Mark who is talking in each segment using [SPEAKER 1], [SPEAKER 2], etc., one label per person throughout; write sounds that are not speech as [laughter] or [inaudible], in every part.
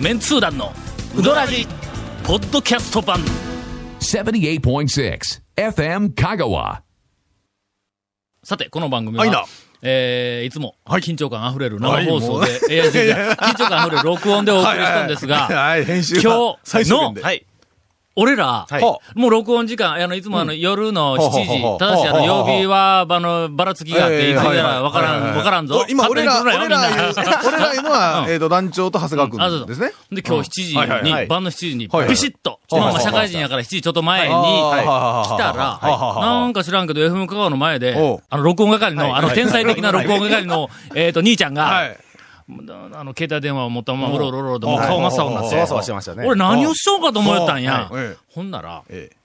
[SPEAKER 1] メンツー団のウドラジポッドキャスト版
[SPEAKER 2] 78.6 FM Kagawa.
[SPEAKER 1] さてこの番組
[SPEAKER 3] はいな
[SPEAKER 1] はえーいつも
[SPEAKER 3] はい
[SPEAKER 1] 緊張感あふれる生放送 [laughs]
[SPEAKER 3] はいもう
[SPEAKER 1] で、いやいやいや緊張感あふれる録音でお送りしたんです
[SPEAKER 3] はいはい
[SPEAKER 1] が、
[SPEAKER 3] はい、編集
[SPEAKER 1] 今日の
[SPEAKER 3] で、
[SPEAKER 4] はい。
[SPEAKER 1] 俺ら、
[SPEAKER 4] はい
[SPEAKER 3] は
[SPEAKER 1] もう録音時間、あの、いつもあの、夜の7
[SPEAKER 3] ほうほう
[SPEAKER 1] 時
[SPEAKER 3] ほ、う
[SPEAKER 1] ただし、あの、
[SPEAKER 3] ほうほう
[SPEAKER 1] 曜
[SPEAKER 3] ほう
[SPEAKER 1] 日は、あの、ばらつきがあっ
[SPEAKER 3] え
[SPEAKER 1] て、
[SPEAKER 3] え
[SPEAKER 1] いつ
[SPEAKER 3] はい
[SPEAKER 1] や
[SPEAKER 3] は
[SPEAKER 1] ら
[SPEAKER 3] い
[SPEAKER 1] わからん、わからんぞ
[SPEAKER 3] お。今、俺ら、
[SPEAKER 1] 勝手
[SPEAKER 3] 俺
[SPEAKER 1] に来るなよみんな、
[SPEAKER 3] ら、俺らいう [laughs] のは
[SPEAKER 1] うん
[SPEAKER 3] えっと、団長と長谷
[SPEAKER 1] あ
[SPEAKER 3] 川
[SPEAKER 1] そ
[SPEAKER 3] く
[SPEAKER 1] うん
[SPEAKER 3] ですね。
[SPEAKER 1] で、今日7時に、
[SPEAKER 3] はいはいはい
[SPEAKER 1] 晩の7時に、
[SPEAKER 3] はいはい
[SPEAKER 1] ビシッと、
[SPEAKER 3] はいはい
[SPEAKER 1] まあまあ社会人やから7時ちょっと前に、
[SPEAKER 3] はいはい
[SPEAKER 1] 来たら、
[SPEAKER 3] はい
[SPEAKER 1] なんか知らんけど、FM 香川の前で
[SPEAKER 3] おう、
[SPEAKER 1] あの、録音係の、
[SPEAKER 3] はい
[SPEAKER 1] あの、天才的な録音係の、えっと、兄ちゃん
[SPEAKER 3] は
[SPEAKER 1] が、
[SPEAKER 3] い。
[SPEAKER 1] あの、携帯電話を持ったまま、うろうろうろうと、もう
[SPEAKER 3] はい
[SPEAKER 1] 顔真っ青になって、
[SPEAKER 4] そわそわしてましたね。
[SPEAKER 1] 俺何をしようかと思ったんや
[SPEAKER 3] はいはい。
[SPEAKER 1] ほんなら、
[SPEAKER 3] ええ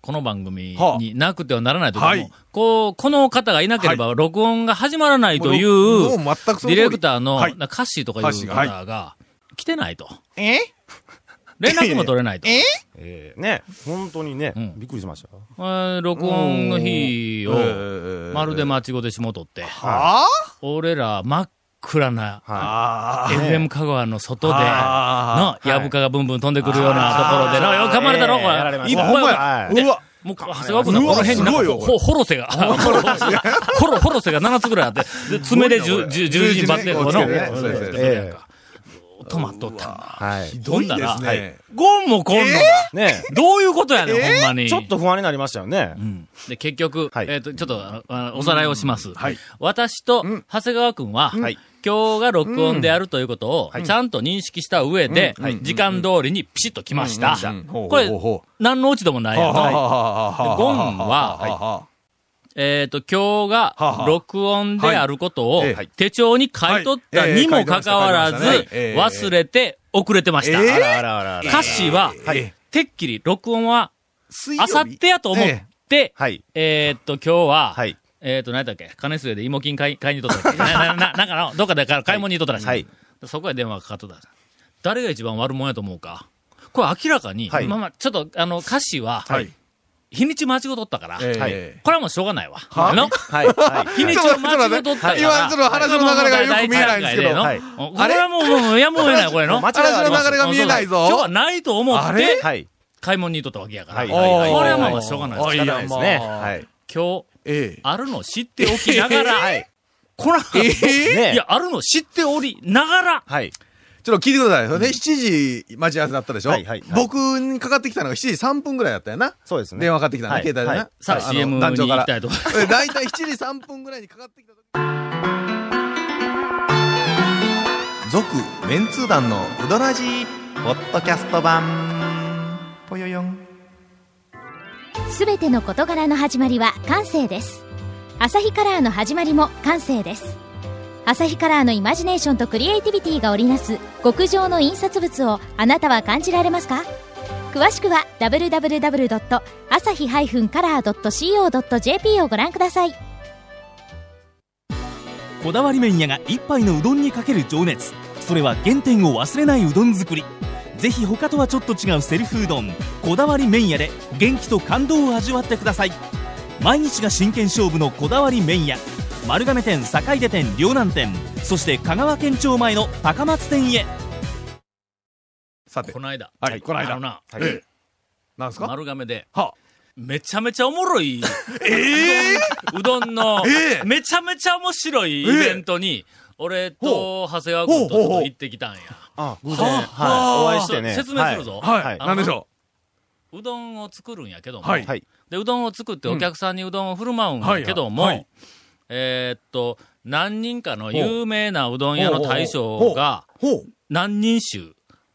[SPEAKER 1] この番組
[SPEAKER 3] はあ
[SPEAKER 1] になくてはならないとかも、
[SPEAKER 3] はい
[SPEAKER 1] こう、この方がいなければ録音が始まらないという、
[SPEAKER 3] もうも
[SPEAKER 1] デ
[SPEAKER 3] う全くその通り
[SPEAKER 1] ィレクターの、
[SPEAKER 3] はい
[SPEAKER 1] なカッシーとかいう
[SPEAKER 3] カッシー
[SPEAKER 1] 方
[SPEAKER 3] が
[SPEAKER 1] が、来てないと。連絡も取れ
[SPEAKER 3] [laughs]
[SPEAKER 1] ないと。
[SPEAKER 4] えーね。本当にね、
[SPEAKER 1] ん
[SPEAKER 4] びっくりしました。
[SPEAKER 1] えー [laughs] 録音の日
[SPEAKER 3] え
[SPEAKER 1] を、
[SPEAKER 3] え
[SPEAKER 1] まるで間違ってしもうとって、
[SPEAKER 3] は
[SPEAKER 1] 俺ら真っ暗な、
[SPEAKER 4] は
[SPEAKER 3] ああ
[SPEAKER 1] FM 香川の外で、の
[SPEAKER 3] あ、
[SPEAKER 1] やぶかがブンブン飛んでくるようなところで、なよかまれたろ、
[SPEAKER 4] ええ
[SPEAKER 1] こ
[SPEAKER 4] やられま
[SPEAKER 1] れ。い
[SPEAKER 4] し
[SPEAKER 1] っ
[SPEAKER 4] あ
[SPEAKER 1] ぱ
[SPEAKER 3] あ
[SPEAKER 4] た
[SPEAKER 3] ほんま
[SPEAKER 1] い。
[SPEAKER 3] や。
[SPEAKER 4] で
[SPEAKER 3] うわ。
[SPEAKER 1] もう、長谷川君の
[SPEAKER 3] う
[SPEAKER 1] こ
[SPEAKER 3] わ
[SPEAKER 1] の辺になんか
[SPEAKER 3] すごいよ
[SPEAKER 1] ほ、
[SPEAKER 3] こ
[SPEAKER 1] ほろせが、ほろ、ほろせが7つぐらいあって、で爪で十、十、十字にバッテンをの、
[SPEAKER 3] そうですねそうですね
[SPEAKER 1] ええ止まっとったんだ。
[SPEAKER 4] はい。
[SPEAKER 1] ほんな
[SPEAKER 3] で
[SPEAKER 1] ら
[SPEAKER 3] す、ね。
[SPEAKER 1] ゴンもこんのだ
[SPEAKER 4] ね
[SPEAKER 1] どういうことやねん、ほんまに。
[SPEAKER 4] ちょっと不安になりましたよね。
[SPEAKER 1] うん。で、結局、
[SPEAKER 4] はい
[SPEAKER 1] えっと、ちょっとあの、あのおさらいをします。
[SPEAKER 3] はい
[SPEAKER 1] 私と、長谷川くんは、
[SPEAKER 4] はい
[SPEAKER 1] 今日が録音であるということを、ちゃんと認識した上で、
[SPEAKER 3] はい
[SPEAKER 1] 時間通りにピシッと来ました。
[SPEAKER 3] うんうんうん
[SPEAKER 1] これ
[SPEAKER 3] ほうほうほ、
[SPEAKER 1] 何の落ち度もないやん。でゴンはえっ、と、今日
[SPEAKER 3] はあは
[SPEAKER 1] が
[SPEAKER 3] あ
[SPEAKER 1] 録音であることを
[SPEAKER 3] はいええ
[SPEAKER 1] 手帳に書いとった
[SPEAKER 3] はい
[SPEAKER 1] にもかかわらず
[SPEAKER 3] ええ書い、てました
[SPEAKER 1] 忘れて遅れてました。
[SPEAKER 3] ええ
[SPEAKER 1] あら
[SPEAKER 4] あらあらあら。
[SPEAKER 1] 歌詞は、
[SPEAKER 3] はい
[SPEAKER 1] てっきり録音はあさってやと思っ
[SPEAKER 3] え
[SPEAKER 1] て、
[SPEAKER 4] はい。
[SPEAKER 1] えーっと、今日は、
[SPEAKER 4] はい
[SPEAKER 1] えーっと、何やったっけ金末で芋金買い買いに行っとったっけな、な、な、なんかの、どっかで買い物に行っとったらしい。
[SPEAKER 4] はい
[SPEAKER 1] そこへ電話がかかっとった。誰が一番悪者やと思うかこれ明らかに、
[SPEAKER 4] はい
[SPEAKER 1] まあまあ、ちょっと、あの、歌詞は、
[SPEAKER 3] はい
[SPEAKER 1] 日にち間違うとったから、
[SPEAKER 3] え
[SPEAKER 4] はい
[SPEAKER 3] え
[SPEAKER 1] これはもうしょうがないわ。あの
[SPEAKER 4] はい。はい。
[SPEAKER 1] 日にちを間違うとったから。
[SPEAKER 3] ちょっと待ってちょっと待って今ちょっと話の流れがよく見えないんですけど
[SPEAKER 4] はい
[SPEAKER 1] うんこれはもう、もうやむを得ない、これ
[SPEAKER 3] [laughs]
[SPEAKER 1] の。
[SPEAKER 4] 間違いありま
[SPEAKER 3] 話の流
[SPEAKER 4] せん
[SPEAKER 3] れが見えない
[SPEAKER 1] そうそう
[SPEAKER 3] ぞ
[SPEAKER 1] 今日はないと思
[SPEAKER 3] あ
[SPEAKER 1] っ
[SPEAKER 3] れ
[SPEAKER 1] て、
[SPEAKER 4] はい。
[SPEAKER 1] 買い物に行っとったわけやから。
[SPEAKER 4] はい
[SPEAKER 1] こ
[SPEAKER 4] はいはい
[SPEAKER 1] れはもうしょうがないです。
[SPEAKER 3] い
[SPEAKER 4] 仕方
[SPEAKER 3] や
[SPEAKER 4] ないですね。
[SPEAKER 3] まあ
[SPEAKER 4] はい。
[SPEAKER 1] 今日、
[SPEAKER 3] ええ
[SPEAKER 1] あるの知っておきなが
[SPEAKER 3] [laughs]
[SPEAKER 1] ら、
[SPEAKER 4] はい。
[SPEAKER 1] こら、
[SPEAKER 4] ね
[SPEAKER 1] いや、あるの知っておりながら、
[SPEAKER 4] はい。
[SPEAKER 3] ちょっと聞いてください。それね、7時待ち合わせだったでしょ
[SPEAKER 4] はいはいはい
[SPEAKER 3] 僕にかかってきたのが7時3分ぐらいだったよな。
[SPEAKER 4] そうですね。
[SPEAKER 3] 電話かかってきたの
[SPEAKER 4] は
[SPEAKER 3] ね、
[SPEAKER 4] い
[SPEAKER 3] 携帯で
[SPEAKER 4] は
[SPEAKER 3] ね
[SPEAKER 4] い。
[SPEAKER 1] さあ、
[SPEAKER 3] はい
[SPEAKER 1] CM に
[SPEAKER 3] の
[SPEAKER 1] 行きたいと思います。
[SPEAKER 3] [laughs] え大体7時3分ぐらいにかかってきた時
[SPEAKER 5] 続メンツー団のウドラジポッドキャスト版ぽよよん
[SPEAKER 6] すべての事柄の始まりは感性ですアサヒカラーの始まりも感性ですアサヒカラーのイマジネーションとクリエイティビティが織りなす極上の印刷物をあなたは感じられますか詳しくは www.asahi-color.co.jp をご覧ください
[SPEAKER 7] こだわり麺屋が一杯のうどんにかける情熱それは原点を忘れないうどん作りぜひ他とはちょっと違うセルフうどんこだわり麺屋で元気と感動を味わってください毎日が真剣勝負のこだわり麺屋丸亀店坂出店両南店そして香川県庁前の高松店へ
[SPEAKER 3] さて
[SPEAKER 1] こ、の間、
[SPEAKER 3] はいこの間
[SPEAKER 1] あのな、
[SPEAKER 3] ええなんですか
[SPEAKER 1] 丸亀で、
[SPEAKER 3] は
[SPEAKER 1] めちゃめちゃおもろい、 [laughs] うどんの、
[SPEAKER 3] ええ
[SPEAKER 1] めちゃめちゃ面白いイベントに、俺と長谷川君とちょっと行ってきたんや。
[SPEAKER 4] あ、偶然。
[SPEAKER 3] は
[SPEAKER 4] はい。お会いしてね。
[SPEAKER 1] そう説明するぞ
[SPEAKER 4] はい
[SPEAKER 3] は。
[SPEAKER 4] はいい。
[SPEAKER 3] なんでしょ
[SPEAKER 1] うどんを作るんやけども、
[SPEAKER 3] は
[SPEAKER 4] はい。
[SPEAKER 1] で、うどんを作ってお客さんにうどんを振る舞うん
[SPEAKER 3] は
[SPEAKER 1] や
[SPEAKER 3] い
[SPEAKER 1] けど
[SPEAKER 3] は
[SPEAKER 1] も
[SPEAKER 3] い、
[SPEAKER 1] えーっと、何人かの有名なうどん屋の大
[SPEAKER 3] ほうほ
[SPEAKER 1] 将
[SPEAKER 3] う
[SPEAKER 1] が、
[SPEAKER 3] う。ほう。
[SPEAKER 1] 何人衆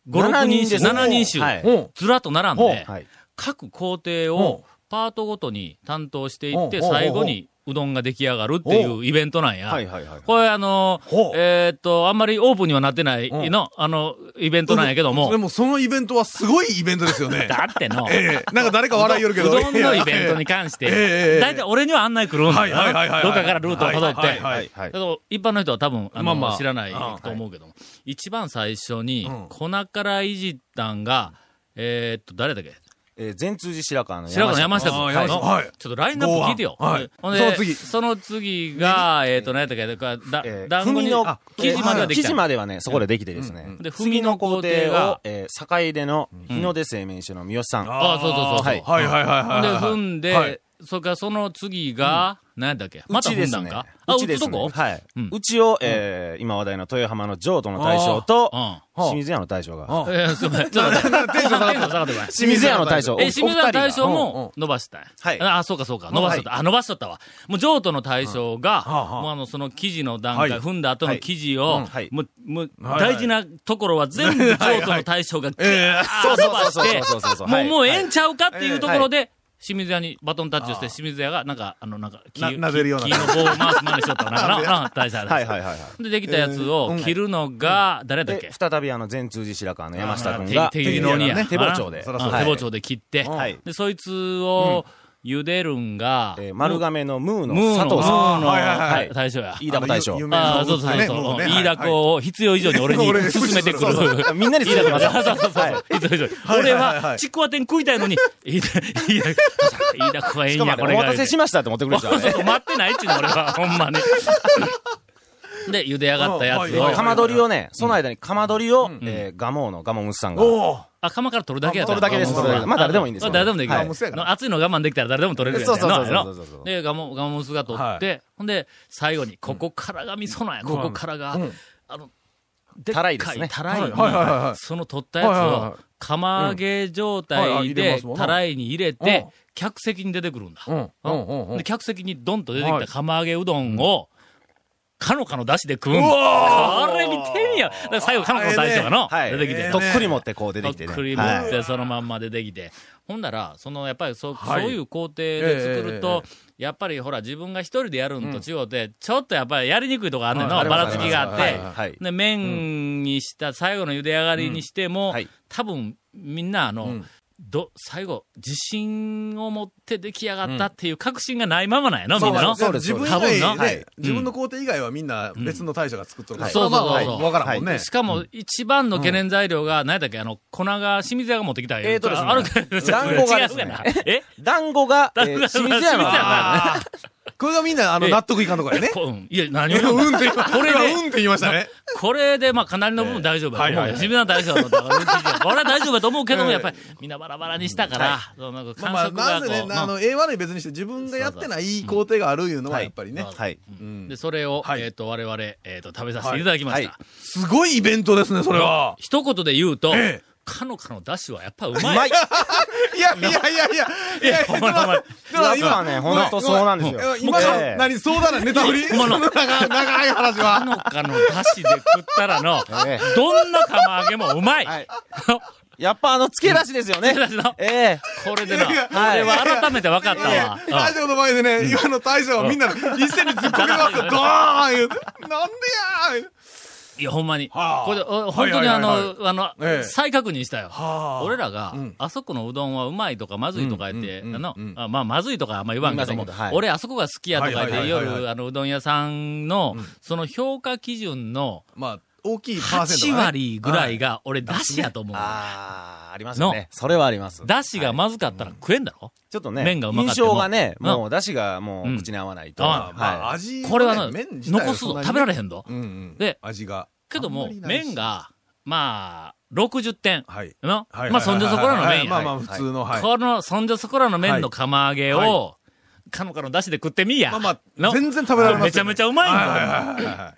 [SPEAKER 1] ?5、6人衆、7人衆、
[SPEAKER 4] はい。
[SPEAKER 3] ほう。
[SPEAKER 1] ずらっと並んで、
[SPEAKER 4] はい。
[SPEAKER 1] 各工程を
[SPEAKER 3] ほ
[SPEAKER 1] パートごとに担当していって、
[SPEAKER 3] ほうほうほう
[SPEAKER 1] 最後にうどんが出来上がるっていうイベントなん
[SPEAKER 4] はい。
[SPEAKER 1] や。
[SPEAKER 4] はい。はい。
[SPEAKER 1] これあの
[SPEAKER 3] ほ、う
[SPEAKER 1] えーっと、あんまりオープンにはなってない
[SPEAKER 3] うん
[SPEAKER 1] の、あの、イベントなんやけど
[SPEAKER 3] で
[SPEAKER 1] も、
[SPEAKER 3] もそのイベントはすごいイベントですよ
[SPEAKER 1] [laughs]
[SPEAKER 3] ね。
[SPEAKER 1] だって
[SPEAKER 3] [laughs]
[SPEAKER 1] の、
[SPEAKER 3] ええなんか誰か笑いよるけ
[SPEAKER 1] う
[SPEAKER 3] ど。
[SPEAKER 1] どんのイベントに関し
[SPEAKER 3] えええ
[SPEAKER 1] て、
[SPEAKER 3] え
[SPEAKER 1] 大体俺には案内来るんだ
[SPEAKER 3] はいはいはいはい
[SPEAKER 1] よ。
[SPEAKER 3] はい
[SPEAKER 1] どっかからルートを辿って。
[SPEAKER 3] はいはいはい
[SPEAKER 4] はい。はい
[SPEAKER 1] だけ。ど一般の人は多分あの、
[SPEAKER 3] まあまあ
[SPEAKER 1] 知らない
[SPEAKER 3] あ
[SPEAKER 1] と思うけども、一番最初に
[SPEAKER 3] うん
[SPEAKER 1] 粉からいじったんが、えーっと、誰だっけ
[SPEAKER 4] えー善通寺白川の
[SPEAKER 1] 白
[SPEAKER 4] 山
[SPEAKER 1] 川
[SPEAKER 4] 下。
[SPEAKER 1] の山下君。
[SPEAKER 4] は
[SPEAKER 1] はい
[SPEAKER 4] い
[SPEAKER 3] はい
[SPEAKER 1] ちょっとラインナップ聞いてよ。
[SPEAKER 3] 剛腕はい
[SPEAKER 1] ほん
[SPEAKER 3] そ
[SPEAKER 1] で
[SPEAKER 3] の次
[SPEAKER 1] その次が、えっと、何やったっけだから、だ
[SPEAKER 4] え、ー
[SPEAKER 1] 団子
[SPEAKER 4] 踏み
[SPEAKER 1] に
[SPEAKER 4] の、
[SPEAKER 1] 生地まではでき
[SPEAKER 4] 生
[SPEAKER 1] た
[SPEAKER 4] 地
[SPEAKER 1] の。
[SPEAKER 4] まではね、そこでできてですね。
[SPEAKER 1] んで
[SPEAKER 4] 次の工程
[SPEAKER 1] 踏みの工程が
[SPEAKER 4] を、えー、坂出の日の出製麺所の三好さん。
[SPEAKER 1] ああ、そうそうそう。
[SPEAKER 4] はい
[SPEAKER 3] はいはいはい
[SPEAKER 1] ほんで、
[SPEAKER 3] はいはい。
[SPEAKER 1] 踏んで、
[SPEAKER 3] はい
[SPEAKER 1] それからその次が、何やったっけまた
[SPEAKER 4] うち
[SPEAKER 1] 踏
[SPEAKER 4] で
[SPEAKER 1] んだ
[SPEAKER 4] す
[SPEAKER 1] ん
[SPEAKER 4] ね
[SPEAKER 1] か。あ、
[SPEAKER 4] う
[SPEAKER 1] 打
[SPEAKER 4] ち
[SPEAKER 1] つ
[SPEAKER 4] です
[SPEAKER 1] と
[SPEAKER 4] ね
[SPEAKER 1] こ
[SPEAKER 4] はい。
[SPEAKER 1] うん
[SPEAKER 4] うちを、えー今話題の豊浜の譲渡の大将と、
[SPEAKER 1] あ
[SPEAKER 4] 清水屋の大将が。
[SPEAKER 1] うん。えー、すごい。ちょっと待って、後半テンション下がってこない。
[SPEAKER 4] 清水屋の大将。
[SPEAKER 1] え、清水
[SPEAKER 4] お
[SPEAKER 1] の
[SPEAKER 4] 二人が
[SPEAKER 1] 大将
[SPEAKER 4] うんうん
[SPEAKER 1] も伸ばしたい。
[SPEAKER 4] はい
[SPEAKER 1] あ、そうかそうか。伸ばしとった。あ、伸ばしとったわ。もう譲渡の大将が、
[SPEAKER 3] はあはあ
[SPEAKER 1] もうあの、その記事の段階、
[SPEAKER 3] はい
[SPEAKER 1] 踏んだ後の記事
[SPEAKER 4] う
[SPEAKER 1] を
[SPEAKER 4] んはい、
[SPEAKER 1] もう、もう、
[SPEAKER 3] はいはい
[SPEAKER 1] 大事なところは全部譲渡の大将が、ギャー
[SPEAKER 4] そう
[SPEAKER 1] ッ
[SPEAKER 4] そ
[SPEAKER 1] 伸
[SPEAKER 4] う
[SPEAKER 1] ば
[SPEAKER 4] そうそうそう
[SPEAKER 1] し
[SPEAKER 4] そう
[SPEAKER 1] て、
[SPEAKER 4] そう。
[SPEAKER 1] も
[SPEAKER 4] は
[SPEAKER 1] う、
[SPEAKER 4] い
[SPEAKER 1] もうええんちゃうかっていうところで、清水屋にバトンタッチをして、清水屋が、なんか、あの、なんか、木
[SPEAKER 3] ななぜるような
[SPEAKER 1] 木の棒を回すまでしとったのかな。うん大将
[SPEAKER 4] はいはいはいはい。
[SPEAKER 1] で、できたやつを切るのが、誰だっけ
[SPEAKER 4] で、再びあの、善通寺白川の山下君
[SPEAKER 1] あ
[SPEAKER 4] が、
[SPEAKER 1] 手手の鬼や
[SPEAKER 4] ね手包丁で。
[SPEAKER 1] あ
[SPEAKER 3] そらそう
[SPEAKER 1] 手包丁で切って、
[SPEAKER 4] はい
[SPEAKER 1] で、そいつを茹でるんが、
[SPEAKER 4] えー丸亀のム
[SPEAKER 1] ムー
[SPEAKER 4] ーの
[SPEAKER 1] の
[SPEAKER 4] 佐藤さん。
[SPEAKER 1] ムーの
[SPEAKER 4] はいはいはい
[SPEAKER 1] 大将や。
[SPEAKER 4] 飯田も大将
[SPEAKER 3] あの有。有名な
[SPEAKER 1] ああ、そうそうそうそう、
[SPEAKER 3] ね
[SPEAKER 1] 飯田子を必要以上に俺に
[SPEAKER 3] はいはい
[SPEAKER 1] 勧めてくる。
[SPEAKER 4] [laughs]
[SPEAKER 3] 俺
[SPEAKER 1] 飯
[SPEAKER 4] みんなに
[SPEAKER 1] 田
[SPEAKER 4] 伝え
[SPEAKER 1] 子が
[SPEAKER 4] てま
[SPEAKER 1] [laughs] そ
[SPEAKER 4] す。
[SPEAKER 1] うそうそうそう
[SPEAKER 4] は
[SPEAKER 1] 必要以上に
[SPEAKER 3] はい
[SPEAKER 1] 俺
[SPEAKER 3] はいは
[SPEAKER 1] は、
[SPEAKER 3] い
[SPEAKER 1] ちくわ天食いたいのに、飯田飯田飯田子はええ
[SPEAKER 4] し
[SPEAKER 1] ん
[SPEAKER 4] かも
[SPEAKER 1] や、
[SPEAKER 4] あれ
[SPEAKER 1] こ
[SPEAKER 4] お
[SPEAKER 1] れが。
[SPEAKER 4] 待たせしましたって持ってくるんで
[SPEAKER 1] [laughs]
[SPEAKER 4] す
[SPEAKER 1] そう
[SPEAKER 4] よ
[SPEAKER 1] そう
[SPEAKER 4] ね。
[SPEAKER 1] そう待ってないっちゅうの、俺は、ほんまに。で、茹で上がったやつ
[SPEAKER 3] お
[SPEAKER 1] を
[SPEAKER 3] う、
[SPEAKER 4] かまどりをね、その間にかまどりを、えー、ガモーのガモムスさんが。
[SPEAKER 3] おー
[SPEAKER 1] あ、釜から取るだけやった
[SPEAKER 4] 取るだけです取るだけまあ誰でもいいんですよ
[SPEAKER 1] あ誰でもできる。
[SPEAKER 4] はい
[SPEAKER 3] もうそうやから
[SPEAKER 1] の熱いの我慢できたら誰でも取れるやつやな
[SPEAKER 4] そうそうそうそうそう
[SPEAKER 1] あれなで、ガモ、ガモムスが取って、ほんで、最後に、ここからが味噌なんや、ここからが、あの、でっ
[SPEAKER 4] た
[SPEAKER 1] からい
[SPEAKER 4] いですね
[SPEAKER 1] たらいに、
[SPEAKER 3] はいはいはいはい
[SPEAKER 1] その取ったやつを、
[SPEAKER 3] はいはいはい
[SPEAKER 1] 釜揚げ状
[SPEAKER 3] うんはい
[SPEAKER 1] 態
[SPEAKER 3] 入れま
[SPEAKER 1] です
[SPEAKER 3] もん、な
[SPEAKER 1] たらいに入れ
[SPEAKER 3] う
[SPEAKER 1] て
[SPEAKER 3] ん、
[SPEAKER 1] 客席に出てくるんだ。
[SPEAKER 3] うんうんうんうん
[SPEAKER 1] で、客席にドンと出てき
[SPEAKER 3] は
[SPEAKER 1] た
[SPEAKER 3] い
[SPEAKER 1] 釜揚げうどんを、かのかの出汁で食うんだ。これ見てみよ。だから最後、かのかの大将がの、
[SPEAKER 4] はい。
[SPEAKER 1] 出てきて、
[SPEAKER 4] とっくり持ってこう出てきてね。
[SPEAKER 1] クリ
[SPEAKER 4] はい
[SPEAKER 1] ームってそのまんま出てきて。ほんなら、そのやっぱりそ,、
[SPEAKER 3] はい
[SPEAKER 1] そういう工程で作ると
[SPEAKER 3] え、
[SPEAKER 1] やっぱりほら自分が一人でやるんと違うて、ちょっとやっぱりやりにくいとこあんねんの、
[SPEAKER 3] はい
[SPEAKER 1] ばらつきがあって。
[SPEAKER 4] はいはい
[SPEAKER 1] で、麺にした、最後の茹で上がりにしても、
[SPEAKER 4] んはい
[SPEAKER 1] 多分みんなあの、
[SPEAKER 3] ん
[SPEAKER 1] ど、最後、自信を持って出来上がったっていう確信がないままなんやの、みんなの。
[SPEAKER 4] そうで
[SPEAKER 3] 自
[SPEAKER 4] す
[SPEAKER 3] 分以
[SPEAKER 1] 多分
[SPEAKER 3] 外
[SPEAKER 1] な
[SPEAKER 3] ね、自分の工程以外はみんな別の大将が作っとるから。
[SPEAKER 1] そうそうそう
[SPEAKER 3] まあまあわからんもんね。
[SPEAKER 1] しかも、一番の懸念材料が、何やったっけ、あの、粉が、清水屋が持ってきた。
[SPEAKER 4] えーとですね
[SPEAKER 1] あるけど、
[SPEAKER 4] 団子がですね
[SPEAKER 1] 違うやなえ
[SPEAKER 4] 団子が、え
[SPEAKER 1] 団子
[SPEAKER 4] ー
[SPEAKER 1] が
[SPEAKER 4] 清水屋
[SPEAKER 1] 清
[SPEAKER 4] の
[SPEAKER 1] 水屋の
[SPEAKER 4] あ
[SPEAKER 3] これがみんな、あの、
[SPEAKER 1] ええ
[SPEAKER 3] 納得いかんとこやね。
[SPEAKER 1] こうん。いや、何を言う
[SPEAKER 3] うん
[SPEAKER 1] の
[SPEAKER 3] って言いました。
[SPEAKER 1] これで
[SPEAKER 3] うんって言いましたね。
[SPEAKER 1] これで、まあ、かなりの部分大丈夫やと思う
[SPEAKER 3] はいはい
[SPEAKER 1] よ。
[SPEAKER 3] はい
[SPEAKER 1] 清水屋の大丈夫だと思うだから。これは大丈夫だと思うけども、やっぱり、みんなバラバラにしたから、そのなんか
[SPEAKER 3] まあま
[SPEAKER 1] 感
[SPEAKER 3] あ、
[SPEAKER 1] 触
[SPEAKER 3] な
[SPEAKER 1] がこ
[SPEAKER 3] ぜ
[SPEAKER 1] う
[SPEAKER 3] ね、
[SPEAKER 1] ま
[SPEAKER 3] あ
[SPEAKER 1] あ
[SPEAKER 3] の、A 悪い別にして自分がやってない工程があるいうのはやっぱりね。
[SPEAKER 4] ーはい。
[SPEAKER 3] うん
[SPEAKER 1] で、それを、えっと、我々、えっと、食べさせていただきました。
[SPEAKER 3] すごいイベントですね、それは。
[SPEAKER 1] 一言で言うと
[SPEAKER 3] ええ、
[SPEAKER 1] かのかの出汁はやっぱう
[SPEAKER 4] う
[SPEAKER 1] ま
[SPEAKER 4] ま
[SPEAKER 1] い [laughs]
[SPEAKER 4] い。
[SPEAKER 3] いやいやいやいや。いや、
[SPEAKER 1] ほんまほんま
[SPEAKER 4] やっぱね、ほんとそうなんですよ。
[SPEAKER 3] 今
[SPEAKER 4] え
[SPEAKER 3] の、
[SPEAKER 4] ー
[SPEAKER 3] 何、そうだな、ネタ振り
[SPEAKER 1] 今の
[SPEAKER 3] 長長い話
[SPEAKER 1] か
[SPEAKER 3] は。
[SPEAKER 1] のかの出汁で食ったらの、
[SPEAKER 4] ええ
[SPEAKER 1] どんな釜揚げもうまい。 [laughs]
[SPEAKER 4] はいやっぱあの、付け出しですよね。
[SPEAKER 1] 付け出しの
[SPEAKER 4] ええ。
[SPEAKER 1] これでな、
[SPEAKER 3] いやいや
[SPEAKER 1] 俺は改めて分かっ
[SPEAKER 3] い
[SPEAKER 1] た
[SPEAKER 3] や
[SPEAKER 1] わ。うん
[SPEAKER 3] 大将の前でね、今の大将はみんな一斉に突っ込みますよ。ドーン言うて。なんでやー
[SPEAKER 1] いや、ほんまに。
[SPEAKER 3] はあ
[SPEAKER 1] これ、お本当にあ
[SPEAKER 3] はいはいはい
[SPEAKER 1] の、あの
[SPEAKER 3] え、え
[SPEAKER 1] 再確認したよ。
[SPEAKER 3] あ
[SPEAKER 1] 俺らが
[SPEAKER 3] ん、
[SPEAKER 1] あそこのうどんはうまいとかまずいとか言って、あ
[SPEAKER 3] うんうんうん
[SPEAKER 1] の
[SPEAKER 3] うん、
[SPEAKER 1] あまあ、まずいとかあんま言わんけども
[SPEAKER 4] 言いませんけどはい、
[SPEAKER 1] 俺あそこが好きやとか言っ
[SPEAKER 3] は
[SPEAKER 1] て、
[SPEAKER 3] いはいはいはい
[SPEAKER 1] 夜、あの、うどん屋さんの、その評価基準の
[SPEAKER 3] まあ、大きいパーセ
[SPEAKER 1] 8
[SPEAKER 3] ントがね。
[SPEAKER 1] 割ぐらいが、俺、だしやと思う。
[SPEAKER 4] あー、ありますよね。それはあります。
[SPEAKER 1] だしがまずかったら食えんだろ
[SPEAKER 4] ちょっとね、
[SPEAKER 1] 麺がうまかっ
[SPEAKER 4] 印
[SPEAKER 1] ても
[SPEAKER 4] 象がね、
[SPEAKER 1] うん
[SPEAKER 4] もう、出汁がも
[SPEAKER 1] うん
[SPEAKER 4] う、口に合わないと。
[SPEAKER 1] 合わ
[SPEAKER 3] まあまあ、
[SPEAKER 4] は
[SPEAKER 3] 味はね。
[SPEAKER 1] これはな、
[SPEAKER 3] 麺自体は
[SPEAKER 1] 残す
[SPEAKER 3] そんな
[SPEAKER 1] ぞ。
[SPEAKER 3] に
[SPEAKER 1] 食べられへんぞ
[SPEAKER 3] う。んうん。
[SPEAKER 1] で
[SPEAKER 3] 味が。
[SPEAKER 1] けど
[SPEAKER 3] あん
[SPEAKER 1] も
[SPEAKER 3] ま、りないし
[SPEAKER 1] 麺、が、まあ、60点。
[SPEAKER 3] はい。
[SPEAKER 1] の
[SPEAKER 3] はい
[SPEAKER 1] まあ、そんじょそこらの
[SPEAKER 3] はい
[SPEAKER 1] 麺や。
[SPEAKER 3] まあまあ、普通の、はい。
[SPEAKER 1] この、そんじょそこらの麺の釜揚げを、
[SPEAKER 3] は
[SPEAKER 1] かのかの出汁で食ってみいや。
[SPEAKER 3] まあま
[SPEAKER 1] の
[SPEAKER 3] あ、全然食べられますよ。
[SPEAKER 1] めちゃめちゃうまいんだ
[SPEAKER 3] はいはいはいはい。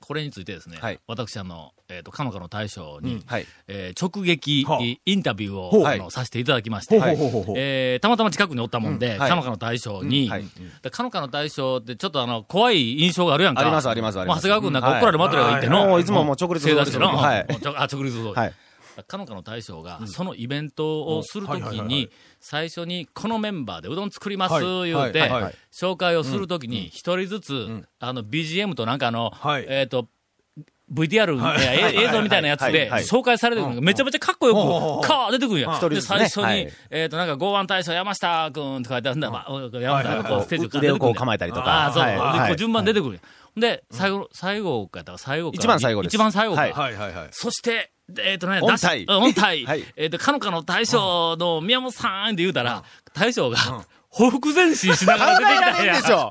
[SPEAKER 1] これについてですね、
[SPEAKER 4] はい
[SPEAKER 1] 私、あの、えっ、と、かのかの大将に、
[SPEAKER 3] うん
[SPEAKER 4] はい
[SPEAKER 1] えー直撃、
[SPEAKER 3] はあ
[SPEAKER 1] インタビューを、
[SPEAKER 3] ほう
[SPEAKER 1] あのさせていただきまし
[SPEAKER 3] ほ
[SPEAKER 1] て、
[SPEAKER 3] うほうほうほうほう。
[SPEAKER 1] えーたまたま近くにおったもんで、
[SPEAKER 4] んはい
[SPEAKER 1] かのかの大将に、
[SPEAKER 4] はい
[SPEAKER 1] でかのかの大将ってちょっとあの、怖い印象があるやんか。
[SPEAKER 4] ありますありますあります
[SPEAKER 1] もう長谷川君なんか怒られまってるやんか言って
[SPEAKER 4] う
[SPEAKER 1] の。
[SPEAKER 4] んもういつももう直立
[SPEAKER 1] 正座しての。
[SPEAKER 4] はい
[SPEAKER 1] もうちょあ、直立像。
[SPEAKER 4] い。はい。
[SPEAKER 1] かのかの大将が、そのイベントをすると
[SPEAKER 3] はい
[SPEAKER 1] き
[SPEAKER 3] はいはいは
[SPEAKER 1] に
[SPEAKER 3] い、
[SPEAKER 1] 最初にこのメンバーでうどん作ります、
[SPEAKER 3] はい
[SPEAKER 1] 言う
[SPEAKER 3] は
[SPEAKER 1] て
[SPEAKER 3] いはい、
[SPEAKER 1] 紹介をするときに、一人ずつ、あの、BGM となんかあの、
[SPEAKER 3] はい
[SPEAKER 1] えっと、VTR、いやえ映像みたいなやつ
[SPEAKER 4] はい
[SPEAKER 1] で
[SPEAKER 4] はい
[SPEAKER 1] 紹介されてくるのがめちゃめちゃかっこよ
[SPEAKER 3] うんうんうん
[SPEAKER 1] く、カー出てくるん
[SPEAKER 3] うん
[SPEAKER 1] や。
[SPEAKER 4] 一人
[SPEAKER 1] で、
[SPEAKER 4] ずつ
[SPEAKER 1] 最
[SPEAKER 4] ね
[SPEAKER 1] 初に、
[SPEAKER 4] はい
[SPEAKER 1] えっと、なんか、剛腕大将山下君って書いてあるんだ、まあ、山下君がこう、ステージから
[SPEAKER 4] 腕
[SPEAKER 1] 出
[SPEAKER 4] を
[SPEAKER 1] てくる
[SPEAKER 4] こ
[SPEAKER 1] ん
[SPEAKER 4] う
[SPEAKER 1] だ
[SPEAKER 4] 構えたりとか。
[SPEAKER 1] ああ、そう。
[SPEAKER 4] はい
[SPEAKER 1] でこ
[SPEAKER 4] は
[SPEAKER 1] う
[SPEAKER 4] い
[SPEAKER 1] 順番出てくるんや。で、最後の、最後かやったら最後か。
[SPEAKER 4] 一番最後です
[SPEAKER 1] 一番最後か。
[SPEAKER 4] はい
[SPEAKER 3] はいはいはい。
[SPEAKER 1] そして、えっ、とね、
[SPEAKER 4] 音
[SPEAKER 1] だし
[SPEAKER 4] 体
[SPEAKER 1] うん音体。
[SPEAKER 4] はい
[SPEAKER 1] えっ、と、かのかの大将の宮本さんって言うたら、大将が、ほふく前進しながら出てきたんや
[SPEAKER 4] えでしょ。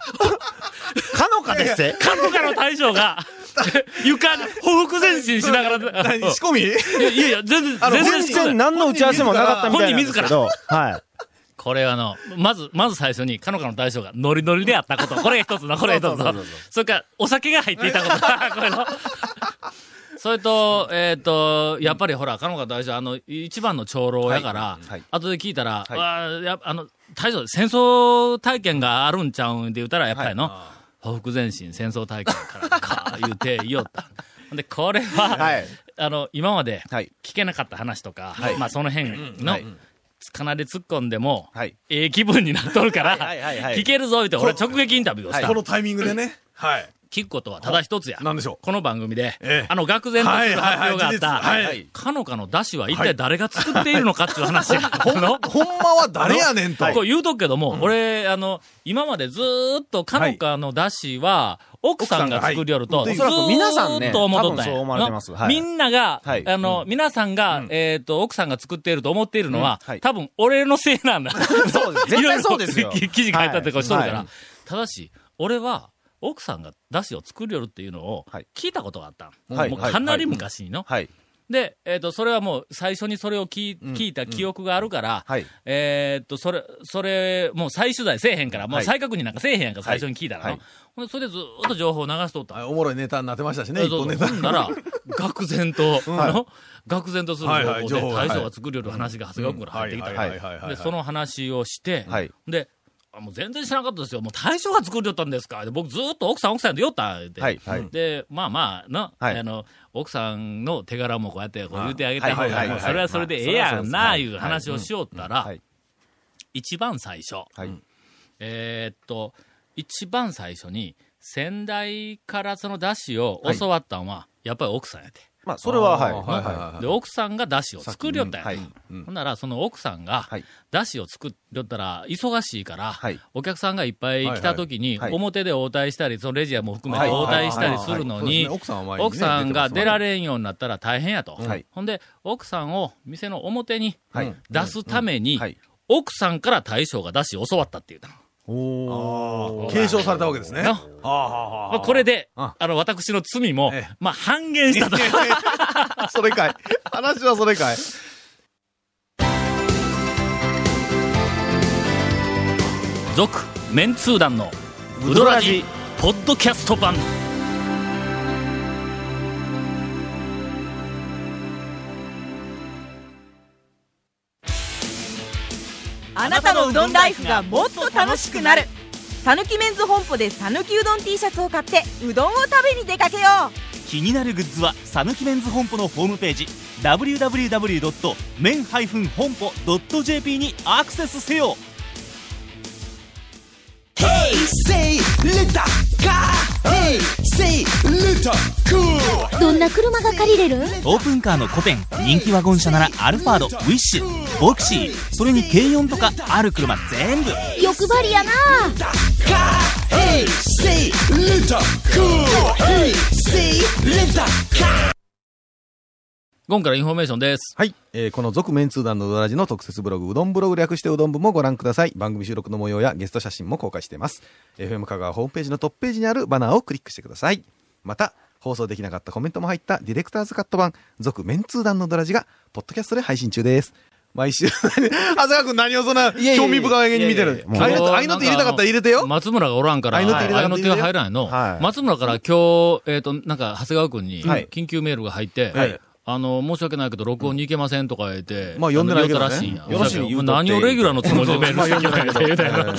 [SPEAKER 4] かのかですって
[SPEAKER 1] かのかの大将が、 [laughs] 床にほふく前進しながら、い
[SPEAKER 3] 何仕込み
[SPEAKER 1] やいやいや、全然、
[SPEAKER 3] あの
[SPEAKER 1] 全然
[SPEAKER 4] 全
[SPEAKER 1] 仕込ん
[SPEAKER 4] 然
[SPEAKER 1] で、
[SPEAKER 4] 何の打ち合わせもなかったみたいなんですけど。はい。
[SPEAKER 1] これはあの、まず、まず最初に、かのかの大将がノリノリであったこと。これが一つの、これが一つ
[SPEAKER 4] [laughs] そ
[SPEAKER 1] の
[SPEAKER 4] うそうそうそう。
[SPEAKER 1] それから、お酒が入っていた
[SPEAKER 4] [laughs]
[SPEAKER 1] こと。これの。それと、えっ、と、やっぱりほら、かのかの大将、あの、一番の長老やから、
[SPEAKER 4] いはい
[SPEAKER 1] 後で聞いたら、
[SPEAKER 4] はい
[SPEAKER 1] わあやあの、大将、戦争体験があるんちゃうんって言ったら、やっぱりの、ほふく前進戦争体験からか、言うて、言おった。ほんで、これは、
[SPEAKER 4] はい
[SPEAKER 1] あの、今まで、
[SPEAKER 4] はい。
[SPEAKER 1] 聞けなかった話とか、
[SPEAKER 4] はい
[SPEAKER 1] まあその辺の、
[SPEAKER 4] はい
[SPEAKER 1] かなり突っ込んでも、
[SPEAKER 4] はい
[SPEAKER 1] ええ気分になっとるから、
[SPEAKER 4] はいはいはいはい
[SPEAKER 1] 聞けるぞ言って、俺直撃インタビューをした。
[SPEAKER 3] このタイミングでね。はい。
[SPEAKER 1] 聞くことはただ一つや。
[SPEAKER 3] 何でしょう
[SPEAKER 1] この番組で、
[SPEAKER 3] ええ
[SPEAKER 1] あの、愕然とする発表があった、
[SPEAKER 3] はいはいはい事実はい
[SPEAKER 1] かのかの出汁は一体誰が作っているのかっていう話や。あの
[SPEAKER 3] ほんまは誰やねんと。
[SPEAKER 1] こう言うとくけども、俺、あの、今までずーっとかのかの出汁は、奥さんが作りよると、
[SPEAKER 4] はい
[SPEAKER 1] ずーっ
[SPEAKER 4] おそらく皆さんね
[SPEAKER 1] と思っとったんや
[SPEAKER 4] 多分そう思われてますはい
[SPEAKER 1] みんなが、
[SPEAKER 4] はい
[SPEAKER 1] あの、皆さんが、えっと、奥さんが作っていると思っているのは、
[SPEAKER 4] うんはい
[SPEAKER 1] 多分俺のせいなんだ。。
[SPEAKER 4] [laughs] そうです。絶対そうですよ
[SPEAKER 1] 記事書いたってこうしとるから。
[SPEAKER 4] はい
[SPEAKER 1] ただし、俺は、奥さんが出汁を作りよるっていうのを
[SPEAKER 4] はい、
[SPEAKER 1] 聞いたことがあったん。
[SPEAKER 4] はい
[SPEAKER 1] もうかなり昔にの。
[SPEAKER 4] はい。
[SPEAKER 1] で、えっ、と、それはもう最初にそれを聞い聞いた記憶があるから、
[SPEAKER 4] はい
[SPEAKER 1] えっ、と、それ、それ、もう再取材せえへんから、もう
[SPEAKER 4] はい
[SPEAKER 1] 再確認なんかせえへんやんか、最初に聞いたらな、
[SPEAKER 4] はい
[SPEAKER 1] ほんで、それでずーっと情報を流しとった。
[SPEAKER 3] はいおもろいネタになってましたしね、
[SPEAKER 1] そう
[SPEAKER 3] 一
[SPEAKER 1] そう
[SPEAKER 3] 個ネタ
[SPEAKER 1] ほ。んなら、愕然と、あの愕然とする
[SPEAKER 3] はいはい
[SPEAKER 1] 情
[SPEAKER 3] 情
[SPEAKER 1] 報
[SPEAKER 3] 報
[SPEAKER 1] で、
[SPEAKER 3] が
[SPEAKER 1] 大将が作るより話が長谷川君から入ってきた。
[SPEAKER 3] はいはいはいはいはい
[SPEAKER 1] で、その話をして、
[SPEAKER 4] はい
[SPEAKER 1] で、あもう全然知らなかったですよ。もう大将が作りよったんですか。で僕ずーっと奥さん奥さんで言おった。言うて
[SPEAKER 4] はいはい
[SPEAKER 1] で、まあまあ、な、
[SPEAKER 4] はい
[SPEAKER 1] あの、奥さんの手柄もこうやってこう言うてあげたい
[SPEAKER 4] はいはいはいはい
[SPEAKER 1] それはそれでええやんな、
[SPEAKER 4] はい
[SPEAKER 1] いう話をしよったら
[SPEAKER 4] はい、
[SPEAKER 1] 一番最初、
[SPEAKER 4] はい。
[SPEAKER 1] えーっと、一番最初に、先代からその出汁を
[SPEAKER 4] はい
[SPEAKER 1] 教わったんは、やっぱり奥さんやて。
[SPEAKER 4] まあ、それは、はい。
[SPEAKER 3] はい
[SPEAKER 4] は
[SPEAKER 3] はいい
[SPEAKER 4] は
[SPEAKER 3] はい
[SPEAKER 1] で、奥さんが出汁を作りよったんや。
[SPEAKER 4] はい
[SPEAKER 1] ほんなら、その奥さんが
[SPEAKER 4] はい、
[SPEAKER 1] 出汁を作りよったら、忙しいから、
[SPEAKER 4] はい
[SPEAKER 1] お客さんがいっぱい来た時に、
[SPEAKER 4] はいはいはい
[SPEAKER 1] 表で応対したり、そのレジアも含め
[SPEAKER 4] は
[SPEAKER 1] て
[SPEAKER 4] い
[SPEAKER 1] 応対したりするのに、
[SPEAKER 3] はいはいはいはいそうですね奥さんは前にね
[SPEAKER 1] 奥さんが出られんようになったら大変やと。
[SPEAKER 4] はい
[SPEAKER 1] ほんで、奥さんを店の表に
[SPEAKER 4] はい
[SPEAKER 1] 出すために、
[SPEAKER 4] うんはい
[SPEAKER 1] 奥さんから大将が出汁を教わったって言うたの。
[SPEAKER 3] おー継承されたわけですね。
[SPEAKER 1] な
[SPEAKER 3] はあはあはあ
[SPEAKER 1] まあ、これで、あ
[SPEAKER 3] あ
[SPEAKER 1] の、私の罪も
[SPEAKER 3] ええ、
[SPEAKER 1] まあ、半減したと。
[SPEAKER 5] あそれかい。話はそれかい。
[SPEAKER 1] 続、メンツー団の、ウドラジ、ポッドキャスト版。
[SPEAKER 8] あなたのうどんライフがもっと楽しくなるさぬきメンズ本舗でさぬきうどん T シャツを買ってうどんを食べに出かけよう
[SPEAKER 7] 気になるグッズはさぬきメンズ本舗のホームページ www.men-honpo.jp にアクセスせよ
[SPEAKER 9] Say little cool.
[SPEAKER 6] どんな車が借りれる
[SPEAKER 7] オープンカーの古典人気ワゴン車ならアルファードウィッシュボクシーそれに軽4とかある車全部
[SPEAKER 6] 欲張りやな
[SPEAKER 9] Hey, say little cool. Hey, say little.
[SPEAKER 1] ゴンからインフォメーションです。
[SPEAKER 5] はい。えーこの続面通談のうどらじの特設ブログ、うどんブログ略してうどん部もご覧ください。番組収録の模様やゲスト写真も公開しています。FM 香川ホームページのトップページにあるバナーをクリックしてください。また、放送できなかったコメントも入ったディレクターズカット版、続面通談のうどらじが、ポッドキャストで配信中です。毎週、 [laughs]
[SPEAKER 3] 長谷川君何をそんない
[SPEAKER 5] やいや
[SPEAKER 3] 興味深げに見て
[SPEAKER 5] いやい
[SPEAKER 3] る
[SPEAKER 5] やいや
[SPEAKER 3] あいの手あいの手入れたかったら入れてよ。
[SPEAKER 1] 松村がおらんから、
[SPEAKER 5] 合いの手入れ
[SPEAKER 1] あ
[SPEAKER 5] ないい
[SPEAKER 1] の
[SPEAKER 5] の
[SPEAKER 1] 手
[SPEAKER 5] 手
[SPEAKER 1] が入らないの。
[SPEAKER 5] はい
[SPEAKER 1] 松村から今日、えっ、と、なんか、長谷川君に、
[SPEAKER 5] はい
[SPEAKER 1] 緊急メールが入って、
[SPEAKER 5] はい
[SPEAKER 1] あの、申し訳ないけど、録音に行けませんとか言って。
[SPEAKER 5] まあ呼んでないけどね
[SPEAKER 1] あの言ったらしいんや。
[SPEAKER 5] よろしい言うとって
[SPEAKER 1] 何をレギュラーのつもりでメールしてきたんや言うたよな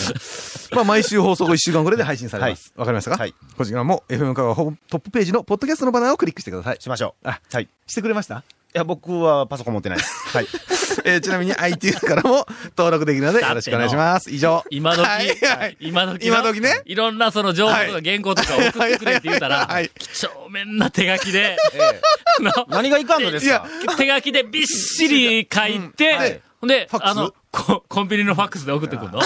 [SPEAKER 5] まあ、毎週放送後1週間ぐらいで配信されます。わ、かりましたか
[SPEAKER 4] はい
[SPEAKER 5] こちらも FM 香川ホームトップページのポッドキャストのバナーをクリックしてください。
[SPEAKER 4] しましょう。
[SPEAKER 5] あ
[SPEAKER 4] はい。い
[SPEAKER 5] してくれました
[SPEAKER 4] や、僕はパソコン持ってないです。はい。
[SPEAKER 3] [laughs]
[SPEAKER 5] えーちなみに iTunes からも登録できるのでよろしくお願いします。以上。
[SPEAKER 1] 今時、
[SPEAKER 5] はいはい
[SPEAKER 1] 今時
[SPEAKER 5] 今時ね
[SPEAKER 1] いろんなその情報とか原稿とか送ってくれって言うたら、
[SPEAKER 5] はい
[SPEAKER 1] 几帳面な手書きで、あの
[SPEAKER 4] 何がいかんのです
[SPEAKER 5] い
[SPEAKER 4] か
[SPEAKER 5] や
[SPEAKER 1] 手書きでびっしり書いて、
[SPEAKER 5] はい
[SPEAKER 1] ほんで、
[SPEAKER 5] ファックス
[SPEAKER 1] あの、ココンビニのファックスで送ってくるの